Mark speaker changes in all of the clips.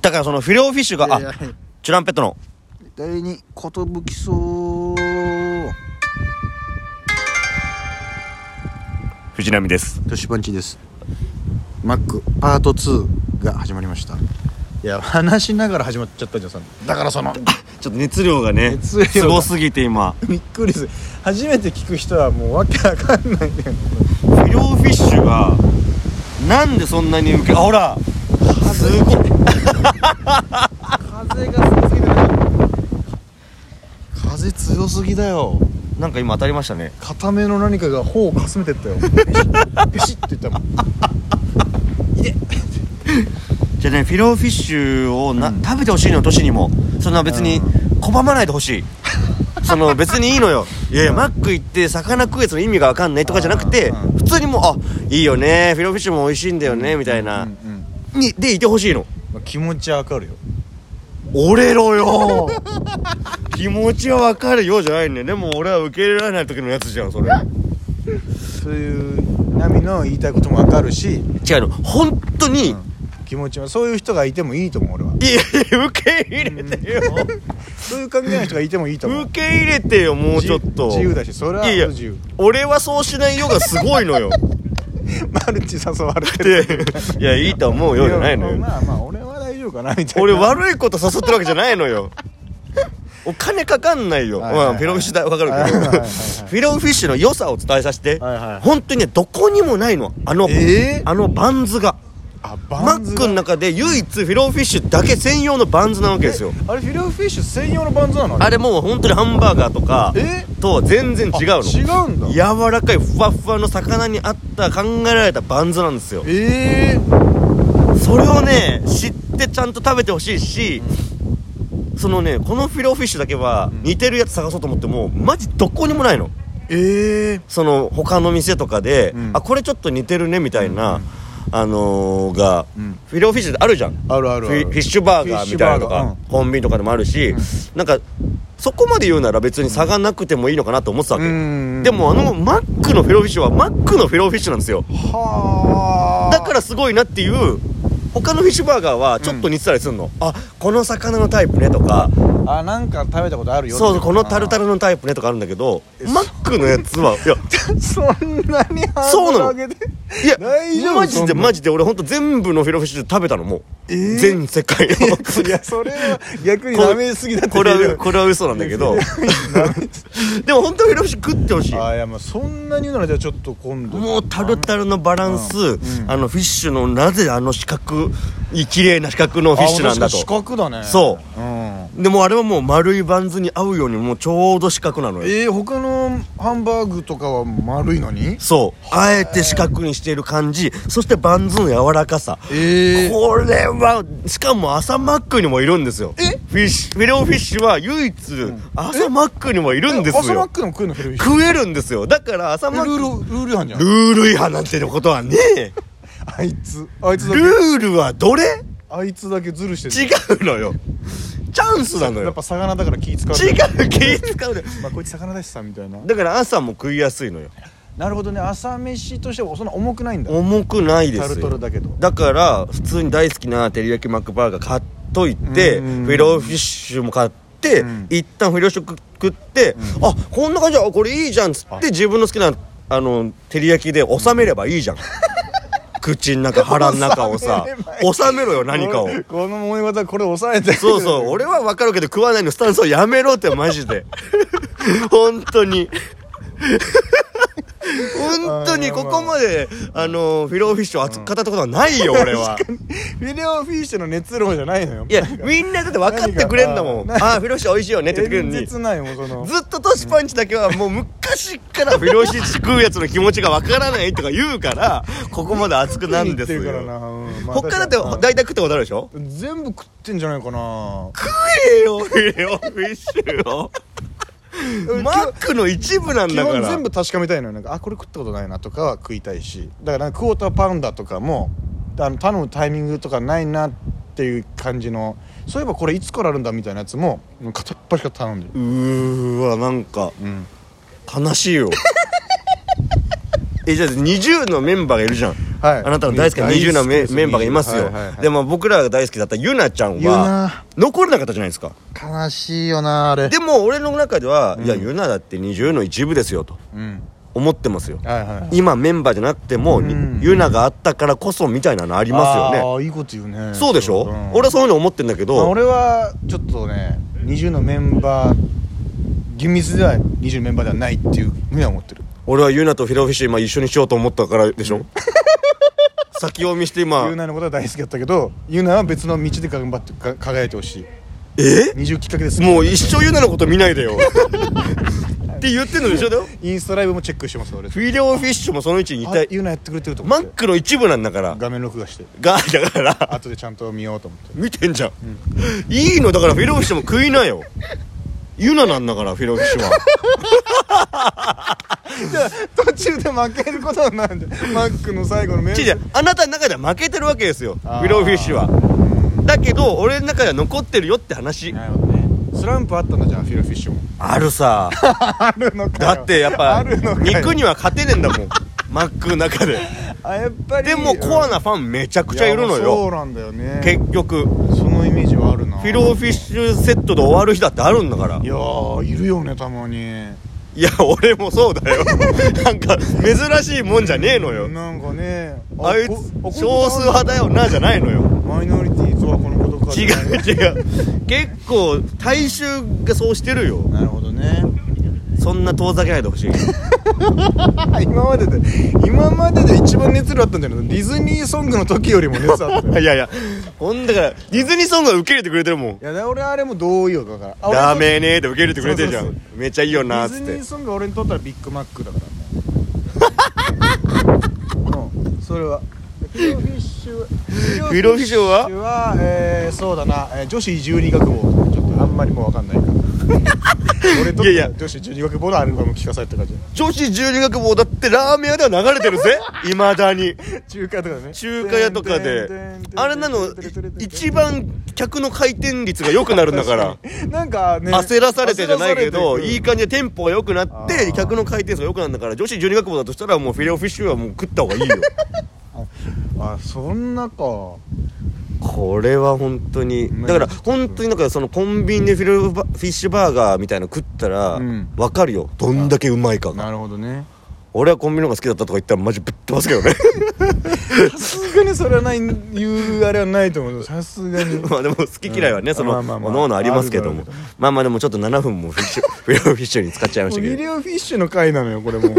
Speaker 1: だからそのフィレオフィッシュが、
Speaker 2: いやいや
Speaker 1: あ、チュランペットの。
Speaker 2: 誰にことぶきそう
Speaker 1: 藤波です。
Speaker 2: トシパンチですマックパート2が始まりましたいや話しながら始まっちゃったじゃん さだからその
Speaker 1: ちょっと熱量がね、
Speaker 2: 熱量が
Speaker 1: すごすぎて今。
Speaker 2: びっくりする初めて聞く人はもうわけわかんないんだよ
Speaker 1: フィレオフィッシュが、なんでそんなに受け、あ、ほらすごい。
Speaker 2: 風が強すぎだ風強すぎだよ
Speaker 1: なんか今当たりましたね。
Speaker 2: 固めの何かが頬をかすめてったよ ビシッビシッって言ったもん
Speaker 1: じゃあね、フィレオフィッシュをな、
Speaker 2: うん
Speaker 1: 食べてほしいのよ、年にも。そんな別に、拒まないでほ しい。その別にいいのよいやいや、
Speaker 2: うん
Speaker 1: マック行って魚食うやつの意味がわかんないとかじゃなくて、
Speaker 2: うんうん
Speaker 1: 普通にもうあいいよねフィレオフィッシュも美味しいんだよね、みたいな、
Speaker 2: うんうん
Speaker 1: にでいてほしいの
Speaker 2: まあ気持ちはわかるよ
Speaker 1: 折れろよ気持ちはわかるよじゃないねでも俺は受け入れられない時のやつじゃんそれ違
Speaker 2: そういう波の言いたいこともわかるし、
Speaker 1: うの本当に、
Speaker 2: うん気持ちもそういう人がいてもいいと思う俺はい
Speaker 1: やいや受け入れてよ
Speaker 2: そういう考えの人がいてもいいと思う
Speaker 1: 受け入れてよもうちょっと
Speaker 2: 自由自由だしそれはい
Speaker 1: やいや
Speaker 2: 自由
Speaker 1: 俺はそうしないよがすごいのよ
Speaker 2: マルチ誘われて
Speaker 1: いや
Speaker 2: る
Speaker 1: いやいやいいと思うよじゃないのよ
Speaker 2: まあまあ俺は大丈夫かなみたいな
Speaker 1: 俺悪いこと誘ってるわけじゃないのよお金かかんないよ、
Speaker 2: はいはいはい
Speaker 1: まあ、フィロフィッシュ代はかかる
Speaker 2: はい
Speaker 1: けど、
Speaker 2: はいはいはい
Speaker 1: フィロフィッシュの良さを伝えさせて、
Speaker 2: はいはい
Speaker 1: 本当にねどこにもないのあの、
Speaker 2: えー
Speaker 1: あのバンズが
Speaker 2: あバンズ
Speaker 1: マックの中で唯一フィロフィッシュだけ専用のバンズなわけですよ
Speaker 2: えあれフィレオフィッシュ専用のバンズなの
Speaker 1: あれもう本当にハンバーガーとか
Speaker 2: え
Speaker 1: とは全然違うの
Speaker 2: あ違うんだ
Speaker 1: 柔らかいふわふわの魚に合った考えられたバンズなんですよ
Speaker 2: ええー、
Speaker 1: それをね知ってちゃんと食べてほしいし、そのねこのフィロフィッシュだけは似てるやつ探そうと思ってもマジどこにもないの
Speaker 2: ええ
Speaker 1: その他の店とかで、
Speaker 2: うん
Speaker 1: あこれちょっと似てるねみたいな、あのーが、
Speaker 2: うん
Speaker 1: フィロフィッシュってあるじゃん
Speaker 2: あるあるある
Speaker 1: フィフィッシュバーガーみたいなのとか、
Speaker 2: フィッシュバーガーうん
Speaker 1: コンビニとかでもあるし、なんかそこまで言うなら別に差がなくてもいいのかなと思ってたわけ、
Speaker 2: うん
Speaker 1: でもあのマックのフィロフィッシュはマックのフィロフィッシュなんですよ
Speaker 2: はあ
Speaker 1: だからすごいなっていう他のフィッシュバーガーはちょっと似てたりするの、あこの魚のタイプねとか
Speaker 2: あなんか食べたことあるよ
Speaker 1: そうそうこのタルタ
Speaker 2: ル
Speaker 1: ルのタイプねとかあるんだけどマックのやつはい や
Speaker 2: そんなにハー
Speaker 1: そうな
Speaker 2: ドル
Speaker 1: の
Speaker 2: 上げて
Speaker 1: いや
Speaker 2: 大丈夫
Speaker 1: マジで
Speaker 2: そんな
Speaker 1: マジで俺ほんと全部のフィロフィッシュ食べたのもう、
Speaker 2: えー
Speaker 1: 全世界の
Speaker 2: いやそれは逆にダメすぎだって
Speaker 1: これはこれは嘘なんだけど でも本当にフィロフィッシュ食ってほしい
Speaker 2: あいやまあそんなに言うならじゃあちょっと今度
Speaker 1: もうタルタルのバランス、
Speaker 2: うん
Speaker 1: あのフィッシュのなぜあの四角い綺麗な四角のフィッシュなんだと
Speaker 2: あ確かに四角だね
Speaker 1: そ
Speaker 2: うん
Speaker 1: でもあれはもう丸いバンズに合うようにもうちょうど四角なのよ
Speaker 2: えー、他のハンバーグとかは丸いのに
Speaker 1: そうあえて四角にしている感じそしてバンズの柔らかさ
Speaker 2: えー、
Speaker 1: これはしかも朝マックにもいるんですよ
Speaker 2: え
Speaker 1: フィッシュフィレオフィッシュは唯一朝マックにもいるんです
Speaker 2: 朝マッ
Speaker 1: よ
Speaker 2: クでも食うの古いし
Speaker 1: 食えるんですよだから朝
Speaker 2: ル
Speaker 1: マッ
Speaker 2: ー
Speaker 1: ク
Speaker 2: ルルール違反じゃん
Speaker 1: ルール違反なんてのことはねえ
Speaker 2: あいつあいつだ
Speaker 1: ル
Speaker 2: け
Speaker 1: ールはどれ
Speaker 2: あいつだけズルして
Speaker 1: 違う
Speaker 2: る
Speaker 1: のよチャンスなの
Speaker 2: やっ
Speaker 1: よ
Speaker 2: ぱ魚だから気使う
Speaker 1: 違う気使うのよ
Speaker 2: まあこいつ魚だしさみたいな
Speaker 1: だから朝も食いやすいのよ
Speaker 2: なるほどね朝飯としてはそんな重くないんだ
Speaker 1: 重くないですよ
Speaker 2: タルトルだけど
Speaker 1: だから普通に大好きな照り焼きマックバーガー買っといて
Speaker 2: う
Speaker 1: フ
Speaker 2: ん
Speaker 1: ィロフィッシュも買って、
Speaker 2: うん
Speaker 1: 一旦フィロフィッシュ食って、あこんな感じだあこれいいじゃんっつって自分の好きなあの照り焼きで収めればい いじゃん、口の中腹の中をさ収めろよ何かを
Speaker 2: これ この思い方これ抑えて
Speaker 1: そう そう俺は分かるけど食わないのスタンスをやめろってマジ で本当 に本当にここまであのフィロフィッシュを扱ったことはないよ俺は。
Speaker 2: フィレオフィッシュの熱量じゃないのよ
Speaker 1: いや、みんなだって分かってくれんだもん。
Speaker 2: 何
Speaker 1: ああ、フィロシ美味しいよねって言ってくれるの
Speaker 2: 演
Speaker 1: に。ず
Speaker 2: 説ないもんその
Speaker 1: っとトシパンチだけはもう昔からフィロシ食うやつの気持ちが分からないとか言うから、ここまで熱くなんです
Speaker 2: 言ってるからな
Speaker 1: よ。
Speaker 2: うんまあ
Speaker 1: 他だって
Speaker 2: 確か
Speaker 1: 大体食ったことあるでしょ
Speaker 2: に全部食ってんじゃないかな
Speaker 1: 食えよ、フィレオフィッシュを。マックの一部なん
Speaker 2: 基
Speaker 1: だか
Speaker 2: 本
Speaker 1: ら。
Speaker 2: 全部確かめたいのよなんかあこれ食ったことないなとかは食いたいしだからなんかクォーターパウンダーとかもあの頼むタイミングとかないなっていう感じのそういえばこれいつからあるんだみたいなやつももう片っ端から頼んでる
Speaker 1: うーわ、なんか、
Speaker 2: うん
Speaker 1: 悲しいよ。え、じゃあ20のメンバーがいるじゃん。
Speaker 2: はい
Speaker 1: あなたの大好きな
Speaker 2: 大
Speaker 1: 20
Speaker 2: 好き
Speaker 1: のメ
Speaker 2: です
Speaker 1: メンバーがいますよ、
Speaker 2: はいはいはい
Speaker 1: でも僕らが大好きだったゆなちゃん
Speaker 2: ゆ
Speaker 1: は
Speaker 2: な
Speaker 1: 残れなかったじゃないですか
Speaker 2: 悲しいよなあれ
Speaker 1: でも俺の中では、いやゆなだって20の一部ですよと
Speaker 2: うん
Speaker 1: 思ってますよ
Speaker 2: はいはいはい
Speaker 1: 今メンバーじゃなくても、
Speaker 2: ん
Speaker 1: ゆながあったからこそみたいなのありますよね
Speaker 2: ああいいこと言うね
Speaker 1: そうでしょ、
Speaker 2: ん
Speaker 1: 俺はそういうの思ってんだけ
Speaker 2: まあ
Speaker 1: ど、
Speaker 2: 俺はちょっとね20のメンバー厳密では20メンバーではないっていうふうには思ってる
Speaker 1: 俺はユナとフィラフィッシュ今一緒にしようと思ったからでしょ 先読みして今
Speaker 2: ユナのことは大好きだったけどユナは別の道で頑張ってか輝いてほしい
Speaker 1: え
Speaker 2: 20きっかけです
Speaker 1: もう一生ユナのこと見ないでよ って言ってんのでしょだよ
Speaker 2: インスタライブもチェックしてます俺
Speaker 1: フィラオフィッシュもその位置にいた
Speaker 2: あ
Speaker 1: い
Speaker 2: ユナやってくれてると思
Speaker 1: マ
Speaker 2: っ
Speaker 1: ッ
Speaker 2: て
Speaker 1: クの一部なんだから
Speaker 2: 画面録画して
Speaker 1: がだから
Speaker 2: 後でちゃんと見ようと思って
Speaker 1: 見てんじゃん、いいのだからフィラオフィッシュも食いなよユナなんだからフィラオフィッシ ュは
Speaker 2: 途中で負けることになるんでマックの最後のメ
Speaker 1: ちいちゃんあなたの中では負けてるわけですよフ
Speaker 2: あー
Speaker 1: ィラオフィッシュはだけど俺の中では残ってるよって話
Speaker 2: なるほどねスランプあったんだじゃあフィルフィッシュも
Speaker 1: あるさ
Speaker 2: あるの か
Speaker 1: だってやっぱ
Speaker 2: あるのか
Speaker 1: 肉には勝てねえんだもんマックの中 で
Speaker 2: あやっぱり
Speaker 1: でもコアなファンめちゃくちゃいるの
Speaker 2: やそう
Speaker 1: よ
Speaker 2: なんだよね
Speaker 1: 結局
Speaker 2: そのイメージはあるな
Speaker 1: フィローフィッシュセットで終わる日だってあるんだから
Speaker 2: いやーいるよねたまに
Speaker 1: いや俺もそうだ よなんか珍しいもんじゃねえのよ
Speaker 2: なんかね
Speaker 1: あいつ
Speaker 2: こあ
Speaker 1: 少数派だよなじゃないのよ
Speaker 2: マイノリティとはこのことか
Speaker 1: 違う違う結構大衆がそうしてるよ
Speaker 2: なるほどね
Speaker 1: そんな遠ざけないでほ しい
Speaker 2: 今までで今までで一番熱量あったんじゃないのディズニーソングの時よりも熱あったよい
Speaker 1: いやいやほんだからディズニーソングは受け入れてくれてるもん
Speaker 2: やだ俺あれも同意よだからあ俺
Speaker 1: ダメねーって受け入れてくれてるじゃん
Speaker 2: そうそう
Speaker 1: めっちゃいいよなーっ
Speaker 2: デ
Speaker 1: つ
Speaker 2: ィ
Speaker 1: っ
Speaker 2: ズニ
Speaker 1: て
Speaker 2: ーソングは俺にとったらビッグマックだからもううんそれはフィロフィッシュ
Speaker 1: フィロフィッシュは
Speaker 2: フィロフィッシュはえーそうだな、えー女子十二学部ちょっとあんまりもう分かんないから俺と
Speaker 1: いやいや
Speaker 2: 女子十二学部のアルバム聞かされた感じ
Speaker 1: 女子十二学坊だってラーメン屋では流れてる ぜいまだに
Speaker 2: 中華とかね
Speaker 1: 中華屋とかであれなのい一
Speaker 2: 番
Speaker 1: 番客の回転率が良くなるんだ から
Speaker 2: なんかね
Speaker 1: 焦らされてじゃないけど
Speaker 2: 焦らされて
Speaker 1: いい感じでテンポが良くなっ
Speaker 2: あ
Speaker 1: て
Speaker 2: ー
Speaker 1: 客の回転数が良くなるんだから女子十二学坊だとしたらもうフィレオフィッシュはもう食った方がいいよ
Speaker 2: あそんなか
Speaker 1: これは本当に
Speaker 2: ね
Speaker 1: だから本当になんかそのコンビニでフィレオフィッシュバーガーみたいなの食ったら
Speaker 2: うん
Speaker 1: 分かるよどんだけうまいかが
Speaker 2: なるほどね
Speaker 1: 俺はコンビニの方が好きだったとか言ったらマジぶっ飛ばすけどね
Speaker 2: さすがにそれはない言うあれはないと思うさすがに
Speaker 1: まあでも好き嫌いはね、
Speaker 2: うん
Speaker 1: その、
Speaker 2: ま
Speaker 1: お
Speaker 2: あまあ
Speaker 1: の
Speaker 2: まあ
Speaker 1: おのありますけども
Speaker 2: あるある
Speaker 1: まあまあでもちょっと7分もフィッシュ フィレオフィッシュに使っちゃいま
Speaker 2: も
Speaker 1: し
Speaker 2: う
Speaker 1: たけ
Speaker 2: ミ
Speaker 1: ど
Speaker 2: レオフィッシュの回なのよこ れも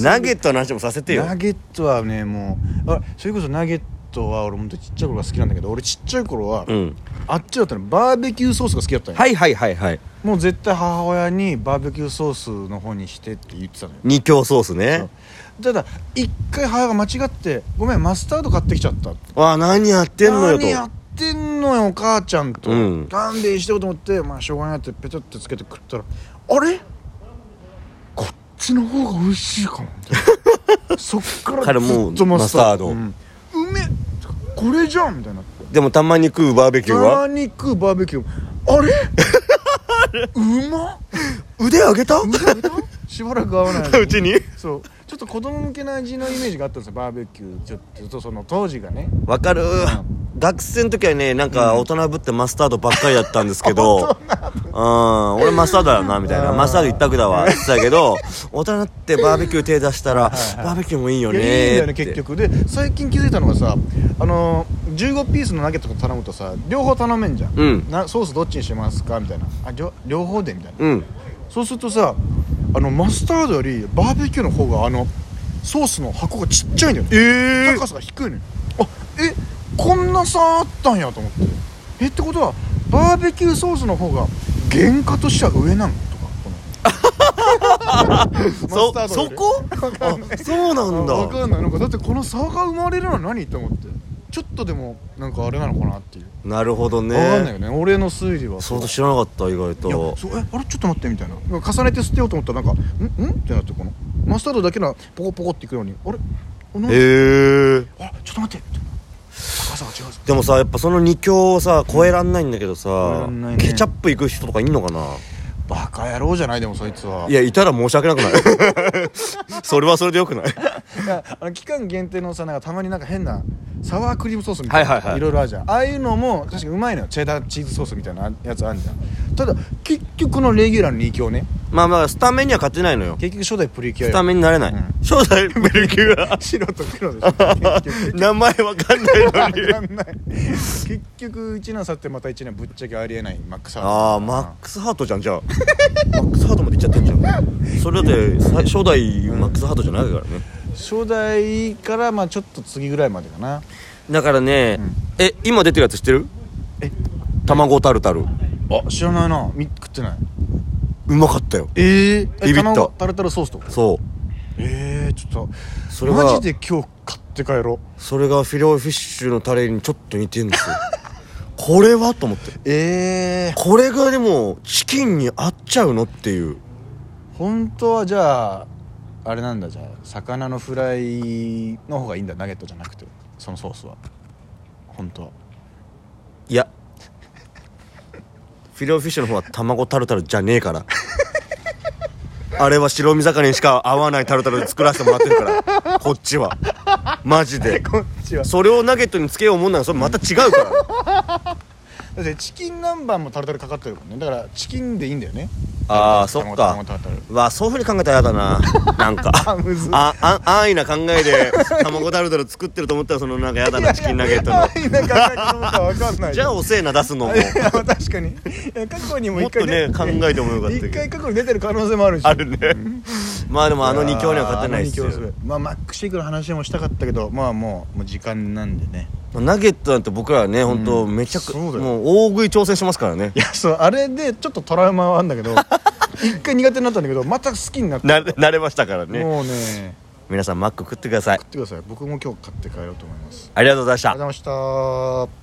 Speaker 1: ナゲットの話もさせてよ
Speaker 2: ナゲットはねもうあそれこそナゲットは俺ほんとちっちゃい頃が好きなんだけど俺ちっちゃい頃は、
Speaker 1: うん
Speaker 2: あっちだったのバーベキューソースが好きだったのよ、
Speaker 1: はいはいはいはい
Speaker 2: もう絶対母親にバーベキューソースの方にしてって言ってたのよ
Speaker 1: 二強ソースね
Speaker 2: ただ一回母親が間違って「ごめんマスタード買ってきちゃった」
Speaker 1: ああ何やってんのよと
Speaker 2: 何やってんのよお母ちゃんと、
Speaker 1: うん
Speaker 2: 勘弁してよと思ってまあしょうがないなってペチャってつけて食ったらあれこっちの方が美味し いかもみたいなそっか
Speaker 1: から
Speaker 2: らず
Speaker 1: もう
Speaker 2: っとマスタード
Speaker 1: マ
Speaker 2: うんうめっこれじゃんみたいになって
Speaker 1: でもたまに食うバーベキューは
Speaker 2: 豚肉バーベキュー あれうまっ
Speaker 1: 腕上げた
Speaker 2: うまっうまっしばらく合わないう
Speaker 1: ちに
Speaker 2: そうちょっと子供向けな味のイメージがあったんですよバーベキューちょっとちょっとその当時がね
Speaker 1: わかる学生の時はねなんか大人ぶってマスタードばっかりだったんですけ どうん俺マスタードだなみたいなマスタード一択だわって言ってたけ ど大人ってバーベキュー手出したらバーベキューもいいよ
Speaker 2: い
Speaker 1: ね
Speaker 2: やいいんだよね
Speaker 1: って
Speaker 2: 結局で最近気づいたのがさあのー15ピースのナゲットとか頼むとさ両方頼めんじゃん、
Speaker 1: うん
Speaker 2: なソースどっちにしますかみたいなありょ両方でみたいな、
Speaker 1: うん
Speaker 2: そうするとさあのマスタードよりバーベキューの方があのソースの箱がちっちゃいんだよね、
Speaker 1: ええ
Speaker 2: 高さが低いのよあえこんな差あったんやと思ってえってことはバーベキューソースの方が原価としては上なのとかこ
Speaker 1: そ
Speaker 2: のマスタードよ
Speaker 1: そ
Speaker 2: り
Speaker 1: こあそうなんだ
Speaker 2: わかんないなんかだってこの差が生まれるのは何と思ってちょっとでもなんかあれなのかなっていう、
Speaker 1: なるほど
Speaker 2: わかんない
Speaker 1: ね
Speaker 2: よね俺の推理は
Speaker 1: そうだ
Speaker 2: い
Speaker 1: 知らなかった意外
Speaker 2: や
Speaker 1: と
Speaker 2: そうえあれちょっと待ってみたいな重ねて捨てようと思ったらなんか「んん?」ってなってこのマスタードだけならポコポコっていくのにあれあなん
Speaker 1: へえ
Speaker 2: であちょっと待ってみたいな高さが違うぞ
Speaker 1: でもさやっぱその二強をさ超えらんないんだけど
Speaker 2: えら
Speaker 1: さ、
Speaker 2: んないね
Speaker 1: ケチャップ行く人とかいんのかな
Speaker 2: バカ野郎じゃないでもそいつは い
Speaker 1: やいたら申し訳なくないそれはそれでよくない
Speaker 2: いやあの期間限定のさなんかたまになんか変なサワークリームソースみたいな、
Speaker 1: はいはいはい
Speaker 2: ろいろあるじゃんああいうのも確かにうまいのよチェダーチーズソースみたいなやつあるじゃんただ結局このレギュラーの2強ね
Speaker 1: まあまあスタメンには勝てないのよ
Speaker 2: 結局初代プリキュア
Speaker 1: ス
Speaker 2: よ
Speaker 1: タメンになれない、
Speaker 2: うん
Speaker 1: 初代ベルギー は
Speaker 2: 白と黒でしょ結局
Speaker 1: 名前わかんないの
Speaker 2: わか
Speaker 1: に
Speaker 2: んない結局1年去ってまた1年ぶっちゃけありえないマックスハート
Speaker 1: ああマックスハートじゃんじゃあマックスハートまでいっちゃってんじゃんそれで初代マックスハートじゃないからね
Speaker 2: 初代からまあちょっと次ぐらいまでかな
Speaker 1: だからね、
Speaker 2: うん
Speaker 1: え今出てるやつ知ってる
Speaker 2: え
Speaker 1: 卵タルタル
Speaker 2: あ知らないなみ食ってないう
Speaker 1: まかったよ
Speaker 2: ええ
Speaker 1: ビビった
Speaker 2: 卵タルタルソースとか
Speaker 1: そう
Speaker 2: ええちょっと
Speaker 1: それが
Speaker 2: マジで今日買って帰ろう
Speaker 1: それがフィレオフィッシュのタレにちょっと似てるんですよこれはと思って
Speaker 2: ええ
Speaker 1: これがでもチキンに合っちゃうのっていう
Speaker 2: 本当はじゃああれなんだじゃあ魚のフライの方がいいんだナゲットじゃなくてそのソースは本当はい
Speaker 1: やフィレオフィッシュの方は卵タルタルじゃねえからあれは白身魚にしか合わないタルタルで作らせてもらってるからこっちはマジで
Speaker 2: こっちは
Speaker 1: それをナゲットにつけようもんならそれまた違うから
Speaker 2: だってチキン南蛮もタルタルかかってるもんねだからチキンでいいんだよね
Speaker 1: あーそっか
Speaker 2: 卵タルタル
Speaker 1: わそういうふうに考えたらやだななんか
Speaker 2: あむずい
Speaker 1: ああ安易な考えで卵タルタル作ってると思ったらそのなんかやだなチキンナゲットの
Speaker 2: のなんかかかるのかわかんない
Speaker 1: じゃあおせえな出すのも
Speaker 2: いや確かにいや過去にも
Speaker 1: もっ
Speaker 2: 一
Speaker 1: と
Speaker 2: 回
Speaker 1: ね考えてもよかったけ
Speaker 2: 一
Speaker 1: ど
Speaker 2: 回過去に出てる可能性もあるし
Speaker 1: あるねまあでもあの2強には勝てないっすよ
Speaker 2: あの二強ごいまあマックシェイクの話もしたかったけどまあもうもう時間なんでね
Speaker 1: ナゲットなんて僕らはね本当めちゃく
Speaker 2: そうだよ
Speaker 1: もう大食い挑戦しますからね
Speaker 2: いやそうあれでちょっとトラウマはあるん だけど一回苦手になったんだけどまた好きになって
Speaker 1: な慣れましたからね
Speaker 2: もうね
Speaker 1: 皆さんマック食ってください
Speaker 2: 食ってください僕も今日買って帰ろうと思います
Speaker 1: ありがとうございました
Speaker 2: ありがとうございました